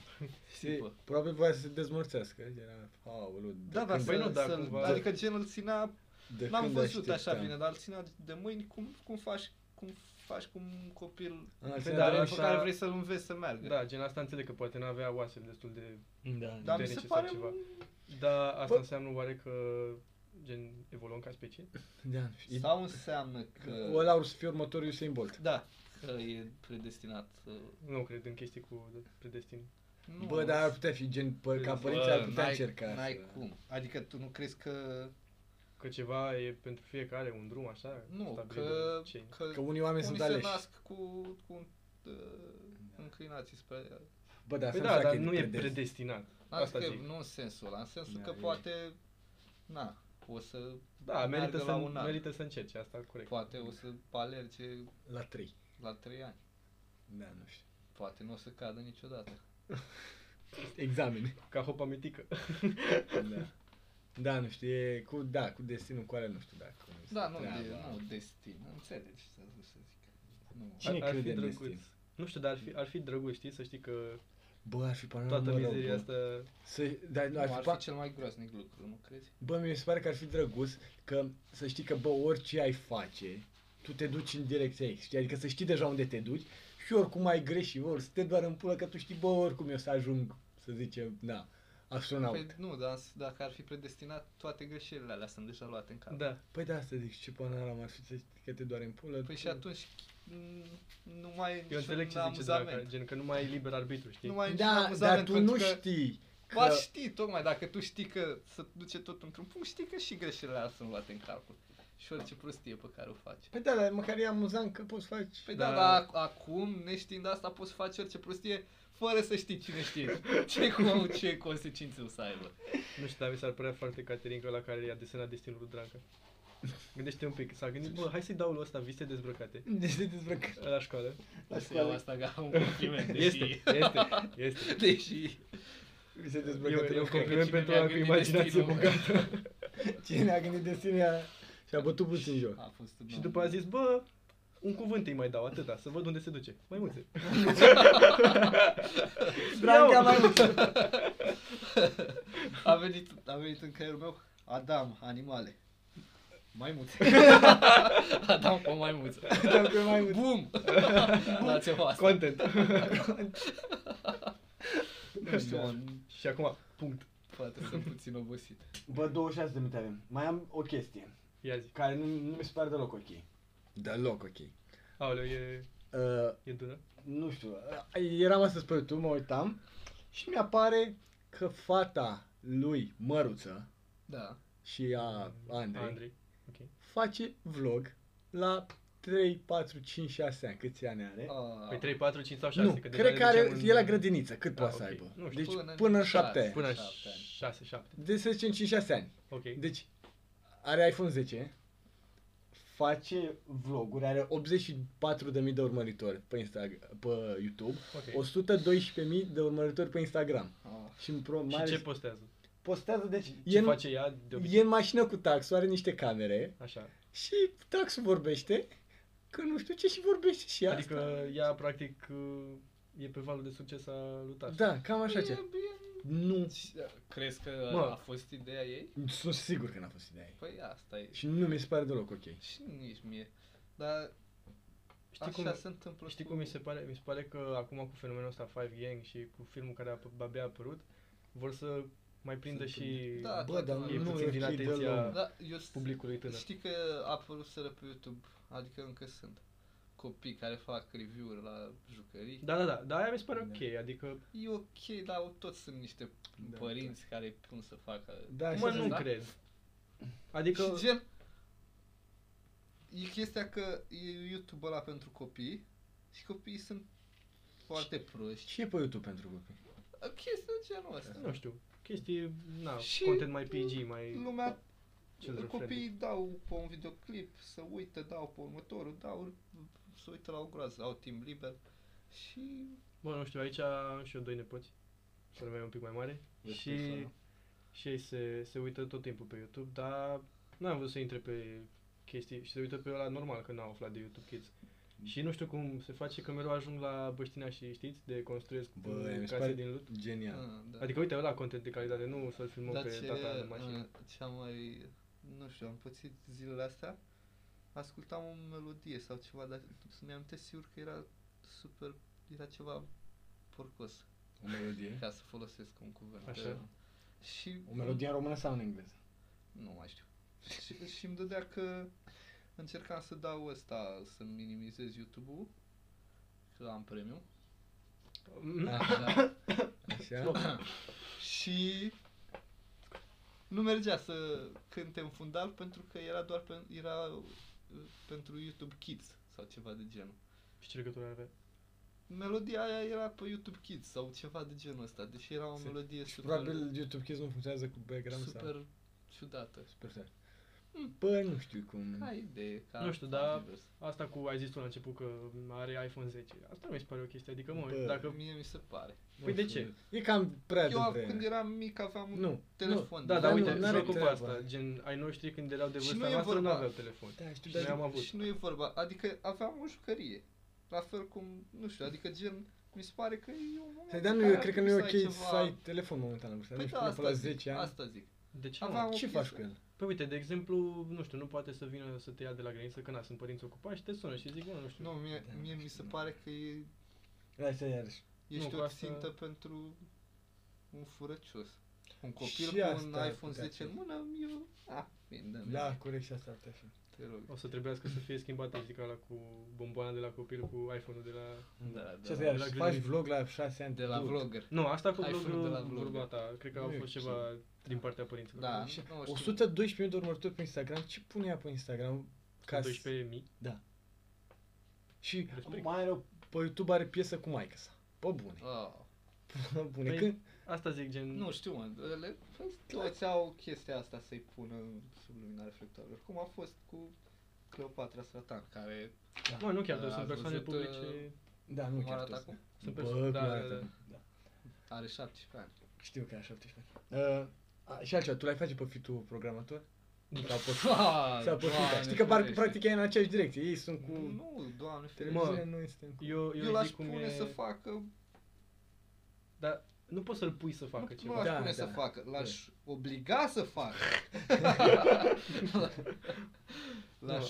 B: Se,
C: Tipă.
B: probabil voia să se dezmorțească. Era, aoleu, de
C: Da, dar
B: când-
D: Păi
C: să,
D: nu, dar
C: să
D: cumva-
C: adică gen îl ținea,
B: de
C: n-am
B: când
C: văzut așa
B: așteptam.
C: bine, dar îl ținea de mâini, cum, cum faci, cum faci cu un copil
B: În alt
D: Păi
B: sens,
D: da,
C: care,
B: dar-
C: pe
D: asta-
C: care vrei să-l înveți să meargă.
D: Da, gen asta înțeleg că poate n-avea oasele destul de...
B: Da,
C: Dar mi
D: de
C: se
D: necesar
C: pare
D: ceva.
C: un-
D: Da, asta
B: Bă.
D: înseamnă oare că gen evoluăm ca specie?
B: da, nu știu.
C: Sau înseamnă că...
B: Ăla ar să fie următorul Usain Bolt.
C: Da, că e predestinat. uh,
D: Nu cred în chestii cu predestin.
C: Nu,
B: Bă, dar ar putea fi gen, pă, ca părinții ar putea
C: n-ai-
B: încerca.
C: N-ai
B: să-
C: cum. Adică tu nu crezi că...
D: Că ceva e pentru fiecare un drum așa?
C: Nu,
D: stabilit
C: că...
D: de cei.
B: Că unii oameni sunt
C: unii se
B: aleși.
C: nasc cu, cu un, uh, înclinații spre...
B: Bă, dar
D: Păi
B: asta
D: da, dar
B: că
D: nu e
B: predestin.
D: predestinat.
C: Asta
D: Asta
C: că
D: zic.
C: nu în sensul ăla, în sensul
B: Da,
C: că
B: e-
C: poate... Na, o să...
D: Da, merită
C: meargă
D: să,
C: la un an.
D: merită să încerci, asta corect.
C: Poate o să alerge
B: La trei.
C: la 3 ani.
B: Da, nu știu.
C: Poate nu o să cadă niciodată.
B: Examene.
D: Ca hopa mitică.
B: da. Da, nu știu, e cu, da, cu destinul cu alea, nu știu dacă. cum este
C: Da, nu,
B: treaba.
C: de, nu destin, înțelegi ce să zic. Nu.
B: Cine
D: ar, ar
B: crede
D: fi
B: în
D: drăguț.
B: destin?
D: Nu știu, dar ar fi, ar fi drăguț, știi, să știi că
B: Bă, ar fi
D: toată
B: panorama rău,
D: mizeria
B: bă.
D: asta...
B: Să, dar
C: Nu,
B: ar fi, pa-
C: cel mai groaznic lucru, nu crezi?
B: Bă, mi se pare că ar fi drăguț că să știi că, bă, orice ai face, tu te duci în direcția X, știi? Adică să știi deja unde te duci și oricum ai greși, ori să te doar în pulă, că tu știi, bă, oricum eu să ajung, să zicem, na, astronaut.
C: Păi, nu, dar s- dacă ar fi predestinat, toate greșelile alea sunt deja luate în calcul.
D: Da.
B: Păi da, asta zic, ce panoramă ar fi să știi că te doare în pulă.
C: Păi
B: tu-
C: și atunci m, nu mai e
D: Eu înțeleg ce zice Draca, gen că nu mai e liber arbitru, știi?
C: Nu mai e niciun
B: Da, dar
C: amuzament
B: tu nu
C: pentru că-
B: știi că...
C: Ba știi, tocmai dacă tu știi că se duce tot într-un punct, știi că și greșelile alea sunt luate în calcul. Și orice prostie pe care o faci.
B: Păi da, dar măcar e amuzant că poți face...
C: Păi da,
D: Da.
C: dar ac- acum, neștiind asta, poți face orice prostie fără să știi cine știe ce, cu, ce consecințe o să aibă.
D: Nu știu, dar mi s-ar părea foarte Caterinca la care i-a desenat destinul lui Draca. Gândește un pic, s-a gândit, bă, hai să-i dau lui ăsta vise dezbrăcate
B: Deci te dezbrăcă.
D: la școală.
C: O să iau asta ca un compliment, deși...
D: Este, este, este.
C: Deși...
B: Mi se
D: Eu,
B: dezbrăcă
D: eu
B: telefon.
D: compliment
C: cine
D: pentru
C: mi-a
D: ea cu
C: gândit
D: imaginație
C: destinul.
D: bogată.
B: Cine a gândit destinul și a bătut puțin joc.
C: A fost un
D: Și
C: om.
D: după a zis, bă, un cuvânt îi mai dau, atâta, să văd unde se duce. Mai multe.
B: Draga mai mult.
C: A venit, a venit în creierul meu Adam, animale. Maimuțe. Adam cu o maimuță.
D: Da,
B: Adam cu o maimuță.
C: Bum! La ceva asta.
D: Content.
C: Nu știu, mă,
D: Da. Și acum, punct.
C: poate sunt puțin obosit.
A: Bă, 26 de minute avem. Mai am o chestie,
D: Ia zi.
A: care nu, nu mi se pare deloc ok.
B: Da, loc, ok.
D: Aoleu, e,
B: Uh,
D: e dură.
B: nu știu, uh, eram astăzi pe YouTube, mă uitam și mi-apare că fata lui Măruță
C: Da.
B: și a Andrei, Andrei.
D: Andrei. Ok.
B: face vlog la 3, 4, 5, 6 ani, câți ani are.
C: Ah.
D: Păi 3, 4, 5 sau 6.
B: nu, cred că are, e la grădiniță, cât
D: Ah,
B: poate să
D: ok.
B: aibă.
D: Nu știu,
B: Deci
C: până în
B: până în
C: șase.
B: 7 ani.
D: Până
C: Șapte ani.
D: 6, 7.
B: Deci să zicem 5-6 ani.
D: Ok.
B: Deci, are iPhone 10, face vloguri, are 84.000 de urmăritori pe, Instagram, pe YouTube,
D: Ok.
B: 112.000 de urmăritori pe Instagram.
C: Ah.
B: Și, în pro, mai
D: Și ce
B: ales,
D: postează?
B: postează, deci,
D: Ce
B: e, în,
D: face ea de
B: e
D: obicei?
B: în mașină cu taxul, are niște camere
D: Așa.
B: și taxul vorbește, că nu știu ce și vorbește și asta.
D: Adică ea practic e pe valul de succes a lui Tash.
B: Da, cam așa
D: Păi
C: E
B: ce.
C: bine.
B: Nu,
C: uh, Crezi că
D: Mă.
C: a fost ideea ei?
B: sunt sigur că n-a fost ideea ei.
C: Păi asta e.
B: Și nu mi se pare deloc ok.
C: Și nici mie. Dar
D: Știi
C: așa
D: cum,
C: se întâmplă
D: știi
C: cu-
D: cum mi se pare? Mi se pare că acum cu fenomenul ăsta Five Gang și cu filmul care a ap- abia a apărut, vor să mai prindă și
C: Da,
B: Bă, dar
C: E
B: nu
D: puțin
B: e
D: din
B: ok
D: atenția-
B: deloc.
C: Da, eu s-
D: publicului tânăr.
C: Știi că a apărut sără pe YouTube, adică încă sunt copii care fac review-uri la jucării.
D: Da, da, da, dar aia mi se pare
B: Da.
D: ok, adică
C: E ok, dar au- toți sunt niște
B: Da,
C: părinți care îi pun să facă...
B: Da, așa
D: mă
B: se
D: nu
B: întâmplă.
D: cred. Adică
C: Și gen, e chestia că e YouTube ăla pentru copii și copiii sunt foarte proști.
B: Ce e pe YouTube pentru copii?
C: Chestia de genul ăsta.
D: nu știu, chestii, na,
C: Și-
D: content mai PG, mai
C: Lumea
D: children friendly.
C: Copiii dau pe un videoclip, să uită, dau pe următorul, dau, să uită la o groază, au timp liber și...
D: Bă, nu știu, aici am și eu doi nepoți, să mea e un pic mai mare
C: Vezi
D: și
C: că e sora.
D: și ei se, se uită tot timpul pe YouTube, dar n-am vrut să intre pe chestii și se uită pe ăla normal că n-au aflat de YouTube Kids.
B: Mm.
D: Și nu știu cum se face că mereu ajung la băștina și știți, de construiesc
B: Bă,
D: uh,
B: mi se
D: case
B: pare-
D: din lut.
B: Genial.
C: Ah, da.
D: Adică uite, ăla content de calitate, nu să-l filmăm
C: Dar
D: pe
C: ce,
D: tata în
C: ah,
B: uh,
D: mașină.
C: cea mai, nu știu, am pățit zilele astea, ascultam o melodie sau ceva, dar mi-am amintesc sigur că era super, era ceva porcos,
B: O melodie.
C: ca să folosesc un cuvânt.
D: Așa.
C: uh, Și
B: O melodie în română sau în engleză?
C: Nu mai știu. Și, și îmi dădea că încercam să dau ăsta, să minimizez YouTube-ul, că am premium.
D: Mm-hmm.
C: Așa.
B: Așa.
C: și nu mergea să cânte în fundal pentru că era doar pe, era uh, pentru YouTube Kids sau ceva de genul.
D: Și ce legătură avea?
C: Melodia aia era pe YouTube Kids sau ceva de genul ăsta, deși era o
B: Se-
C: melodie super,
B: Probabil YouTube Kids nu funcționează cu background sau...
C: super ciudată.
B: Super tare.
C: Mm.
B: Bă, nu știu cum...
C: Ca idee, ca
D: Nu știu,
C: ca
D: dar-
C: divers.
D: Asta cu, ai zis tu la început că are iPhone 10. Asta nu mi se pare o chestie, adică mă,
B: Bă.
D: dacă...
C: Mie mi se pare.
D: Păi de
B: Nu
D: ce?
B: știu. E cam prea
C: Eu
B: de
C: când
B: vreme.
C: eram mic aveam un
B: Nu.
C: telefon.
D: Da,
B: Dar
D: dar
B: nu-
D: uite,
B: n-are
D: se ocupă
B: treabă.
D: asta, gen, ai noștri când erau de
C: Și
D: vârsta
C: nu e
D: noastră, nu
C: vorba-
D: aveau telefon.
B: Da, știu,
D: Și noi
B: dar...
D: am avut.
C: Și nu e vorba, adică aveam o jucărie. La fel cum, nu știu, adică gen, mi se pare că e un moment
B: Păi,
C: în
B: dar nu,
C: care
B: eu
C: ar
B: cred că nu
C: trebui
B: e
C: să
B: ok
C: ai
B: să ai telefon momentan la vârstă.
C: Păi
B: nu
C: da,
B: știu, până
C: asta
B: la
C: zic,
B: 10 ani.
C: asta zic.
D: De ce
C: Aveam
D: nu?
C: o
B: Ce
C: chestie.
B: faci cu el?
D: Păi uite, de exemplu, nu știu, nu poate să vină să te ia de la graniță, că na, sunt părinți ocupați și te sună și zic, bă, nu știu.
C: Nu, mie,
B: Da,
C: mie
B: nu
C: mi se
B: știu, da.
C: pare că e,
B: Hai să iarăși.
C: ești
D: cu
C: o
D: asta-
C: țintă pentru un furăcios. Un copil
B: Și
C: cu un
B: asta ar
C: iPhone
B: putea
C: 10 în
B: fi.
C: mână, eu... Ah, bine, da,
B: Da, corect și asta ar putea fi.
C: te rog.
D: O să trebuiască să fie schimbată zica la cu bomboana de la copil cu iPhone-ul de la...
C: Da,
B: Ce
C: de
B: să
C: la,
B: iarăși,
D: la
B: faci
D: grădiniță.
B: vlog la 6 ani.
C: de la
B: du-te.
C: vlogger.
D: Nu, asta cu
C: iPhone-ul
D: vlogul,
C: de la vlog.
D: vorba ta, cred că
B: Nu
D: au
B: e
D: fost
B: ok.
D: ceva din partea părinților.
C: Da,
B: Și
C: nu, nu știu.
B: 112 minute următori pe Instagram, ce pune ea pe Instagram? Ca să-
D: 12.000.
B: Și
D: Respect.
B: mai are, o- pe YouTube are piesă cu maică sa. Pe bune.
C: Oh.
B: Pe bune.
D: Păi-
B: Când,
D: Asta zic, gen...
C: Nu știu, mă, ele, păi, toți au chestia asta să-i pună sub lumina reflectoarelor. Cum a fost cu Cleopatra Stratan, care
D: Mă, nu chiar, dar
C: Da,
D: sunt
C: ați
D: persoane
C: văzut, uh,
D: publice...
B: da, nu
C: cum
B: chiar
C: arată
B: toți.
C: acum?
D: Sunt
B: Bă,
D: persoane...
B: cum
D: Da, da,
B: arată.
D: da.
B: Da.
C: Are 17 ani.
B: Știu că e la 17 ani. Uh, a, și altceva, tu l-ai face pe fi tu programator? Sau pe Sau pe Fica. Știi că parc, practic e în aceeași direcție. Ei sunt cu
C: Nu, doamne ferește.
B: televiziune, noi suntem cu...
D: Eu,
C: Eu
D: eu,
C: l-aș
D: zic cum
C: pune
D: e...
C: să facă,
D: Dar nu poți să-l pui să facă
C: nu
D: ceva.
C: l-aș
B: Da,
C: pune să
B: da.
C: facă, l-aș obliga să facă. L-aș,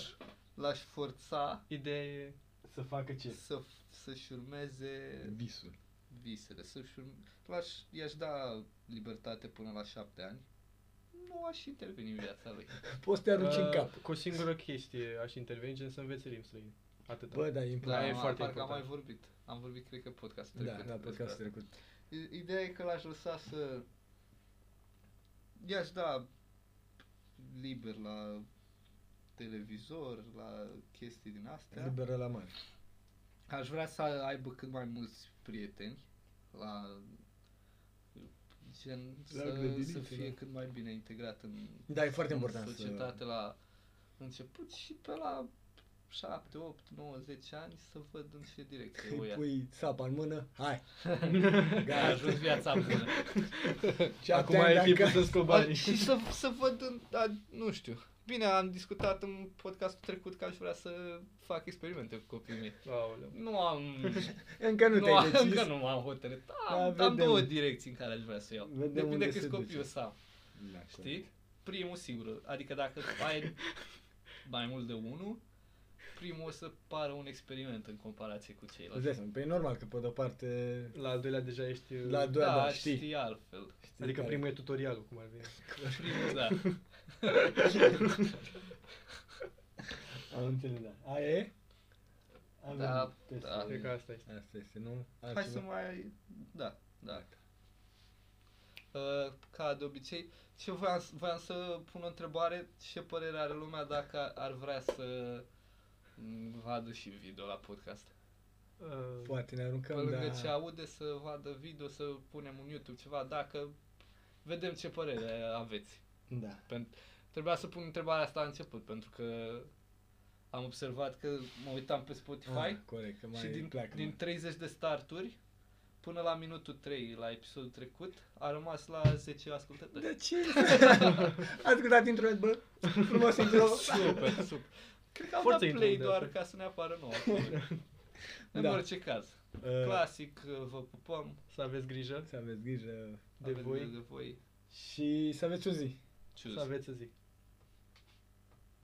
C: l-aș forța
D: Ideea e...
B: Să facă ce?
C: să, să-și urmeze
B: Visul.
C: visele, să-și urm- l-aș, i-aș da libertate până la șapte ani, nu aș interveni în viața lui.
B: Poți să te arunci în
D: Uh,
B: cap.
D: Cu o singură chestie aș interveni, gen să înveți limbi străine. Atât.
B: Bă, da, e important.
D: Da, e
C: am-
D: foarte
C: parcă am mai
D: important.
C: vorbit. Am vorbit, cred că, podcastul
B: Da,
C: trecut
B: da,
C: despre
B: podcastul
C: asta.
B: trecut.
C: I- Ideea e că l-aș lăsa să... I-aș da liber la televizor, la chestii din astea.
B: Liberă la mare.
C: Aș vrea să aibă cât mai mulți prieteni la gen,
B: La
C: să,
B: grădiniță,
C: să fie
B: da.
C: cât mai bine integrat în,
B: Da, e foarte
C: în
B: important să-
C: societate la început și pe la 7, 8, 9, 10 ani să văd în ce direcție o
B: Îi
C: ia.
B: pui sapa în mână, hai.
C: A ajuns viața bună.
B: Și
D: Acum e timpul să
C: A,
D: scobari.
C: și să, să văd în, a, nu știu. Bine, am discutat în podcastul trecut că aș vrea să fac experimente cu copiii mei.
D: Aoleu.
C: Nu am
B: Încă nu te-ai
C: am-
B: decis.
C: Încă nu m-am hotărât.
B: Da,
C: Am, am
B: vedem.
C: două direcții în care aș vrea să iau.
B: Vedem
C: Depinde
B: unde
C: câți
B: se
C: copii
B: duce.
C: o să am,
B: Da,
C: știi? Primul sigur, adică dacă ai mai mult de unul, primul o să pară un experiment în comparație cu
B: Îți
C: ceilalți.
B: dai seama, păi e normal că pe de-o parte...
D: La al doilea deja ești...
B: La a
D: La
B: doua, da,
C: aș
B: știi.
C: ști altfel.
B: știi
D: adică
B: care-
D: primul e tutorialul, cum ar veni.
C: Primul, da.
B: Am înțeles, da. Aia e? Avem
C: Da,
B: testul.
C: da.
D: Cred că asta este.
B: Asta este, nu? Altceva?
C: Hai să mai... Da, da. Uh, ca de obicei, ce voiam, s- voiam să pun o întrebare, ce părere are lumea dacă ar vrea să m, vadă și video la podcast?
D: Uh,
B: Poate ne
C: Pe
B: aruncăm,
C: lângă
B: da.
C: da. ce aude să vadă video, să punem un YouTube ceva, dacă vedem ce părere aveți.
B: Da.
C: Trebuia să pun întrebarea asta la început, pentru că am observat că mă uitam pe Spotify
B: Ah, corect, că mai
C: și din,
B: pleacă.
C: din
B: Din...
C: 30 de starturi până la minutul 3, la episodul trecut, a rămas la 10 ascultători.
B: De ce? Ascultat dintr-o dată, bă, frumos intro.
C: Super, super. Cred că am
D: Forță
C: dat play
D: intră, de
C: doar
D: altfel.
C: ca să ne apară nouă. acolo. În
B: Da.
C: orice caz.
B: Uh,
C: Clasic, vă pupăm.
D: Să aveți grijă
B: să aveți grijă
D: de
C: aveți
D: voi,
C: grijă De voi.
B: și să aveți o zi.
C: Cius.
D: să aveți o zi.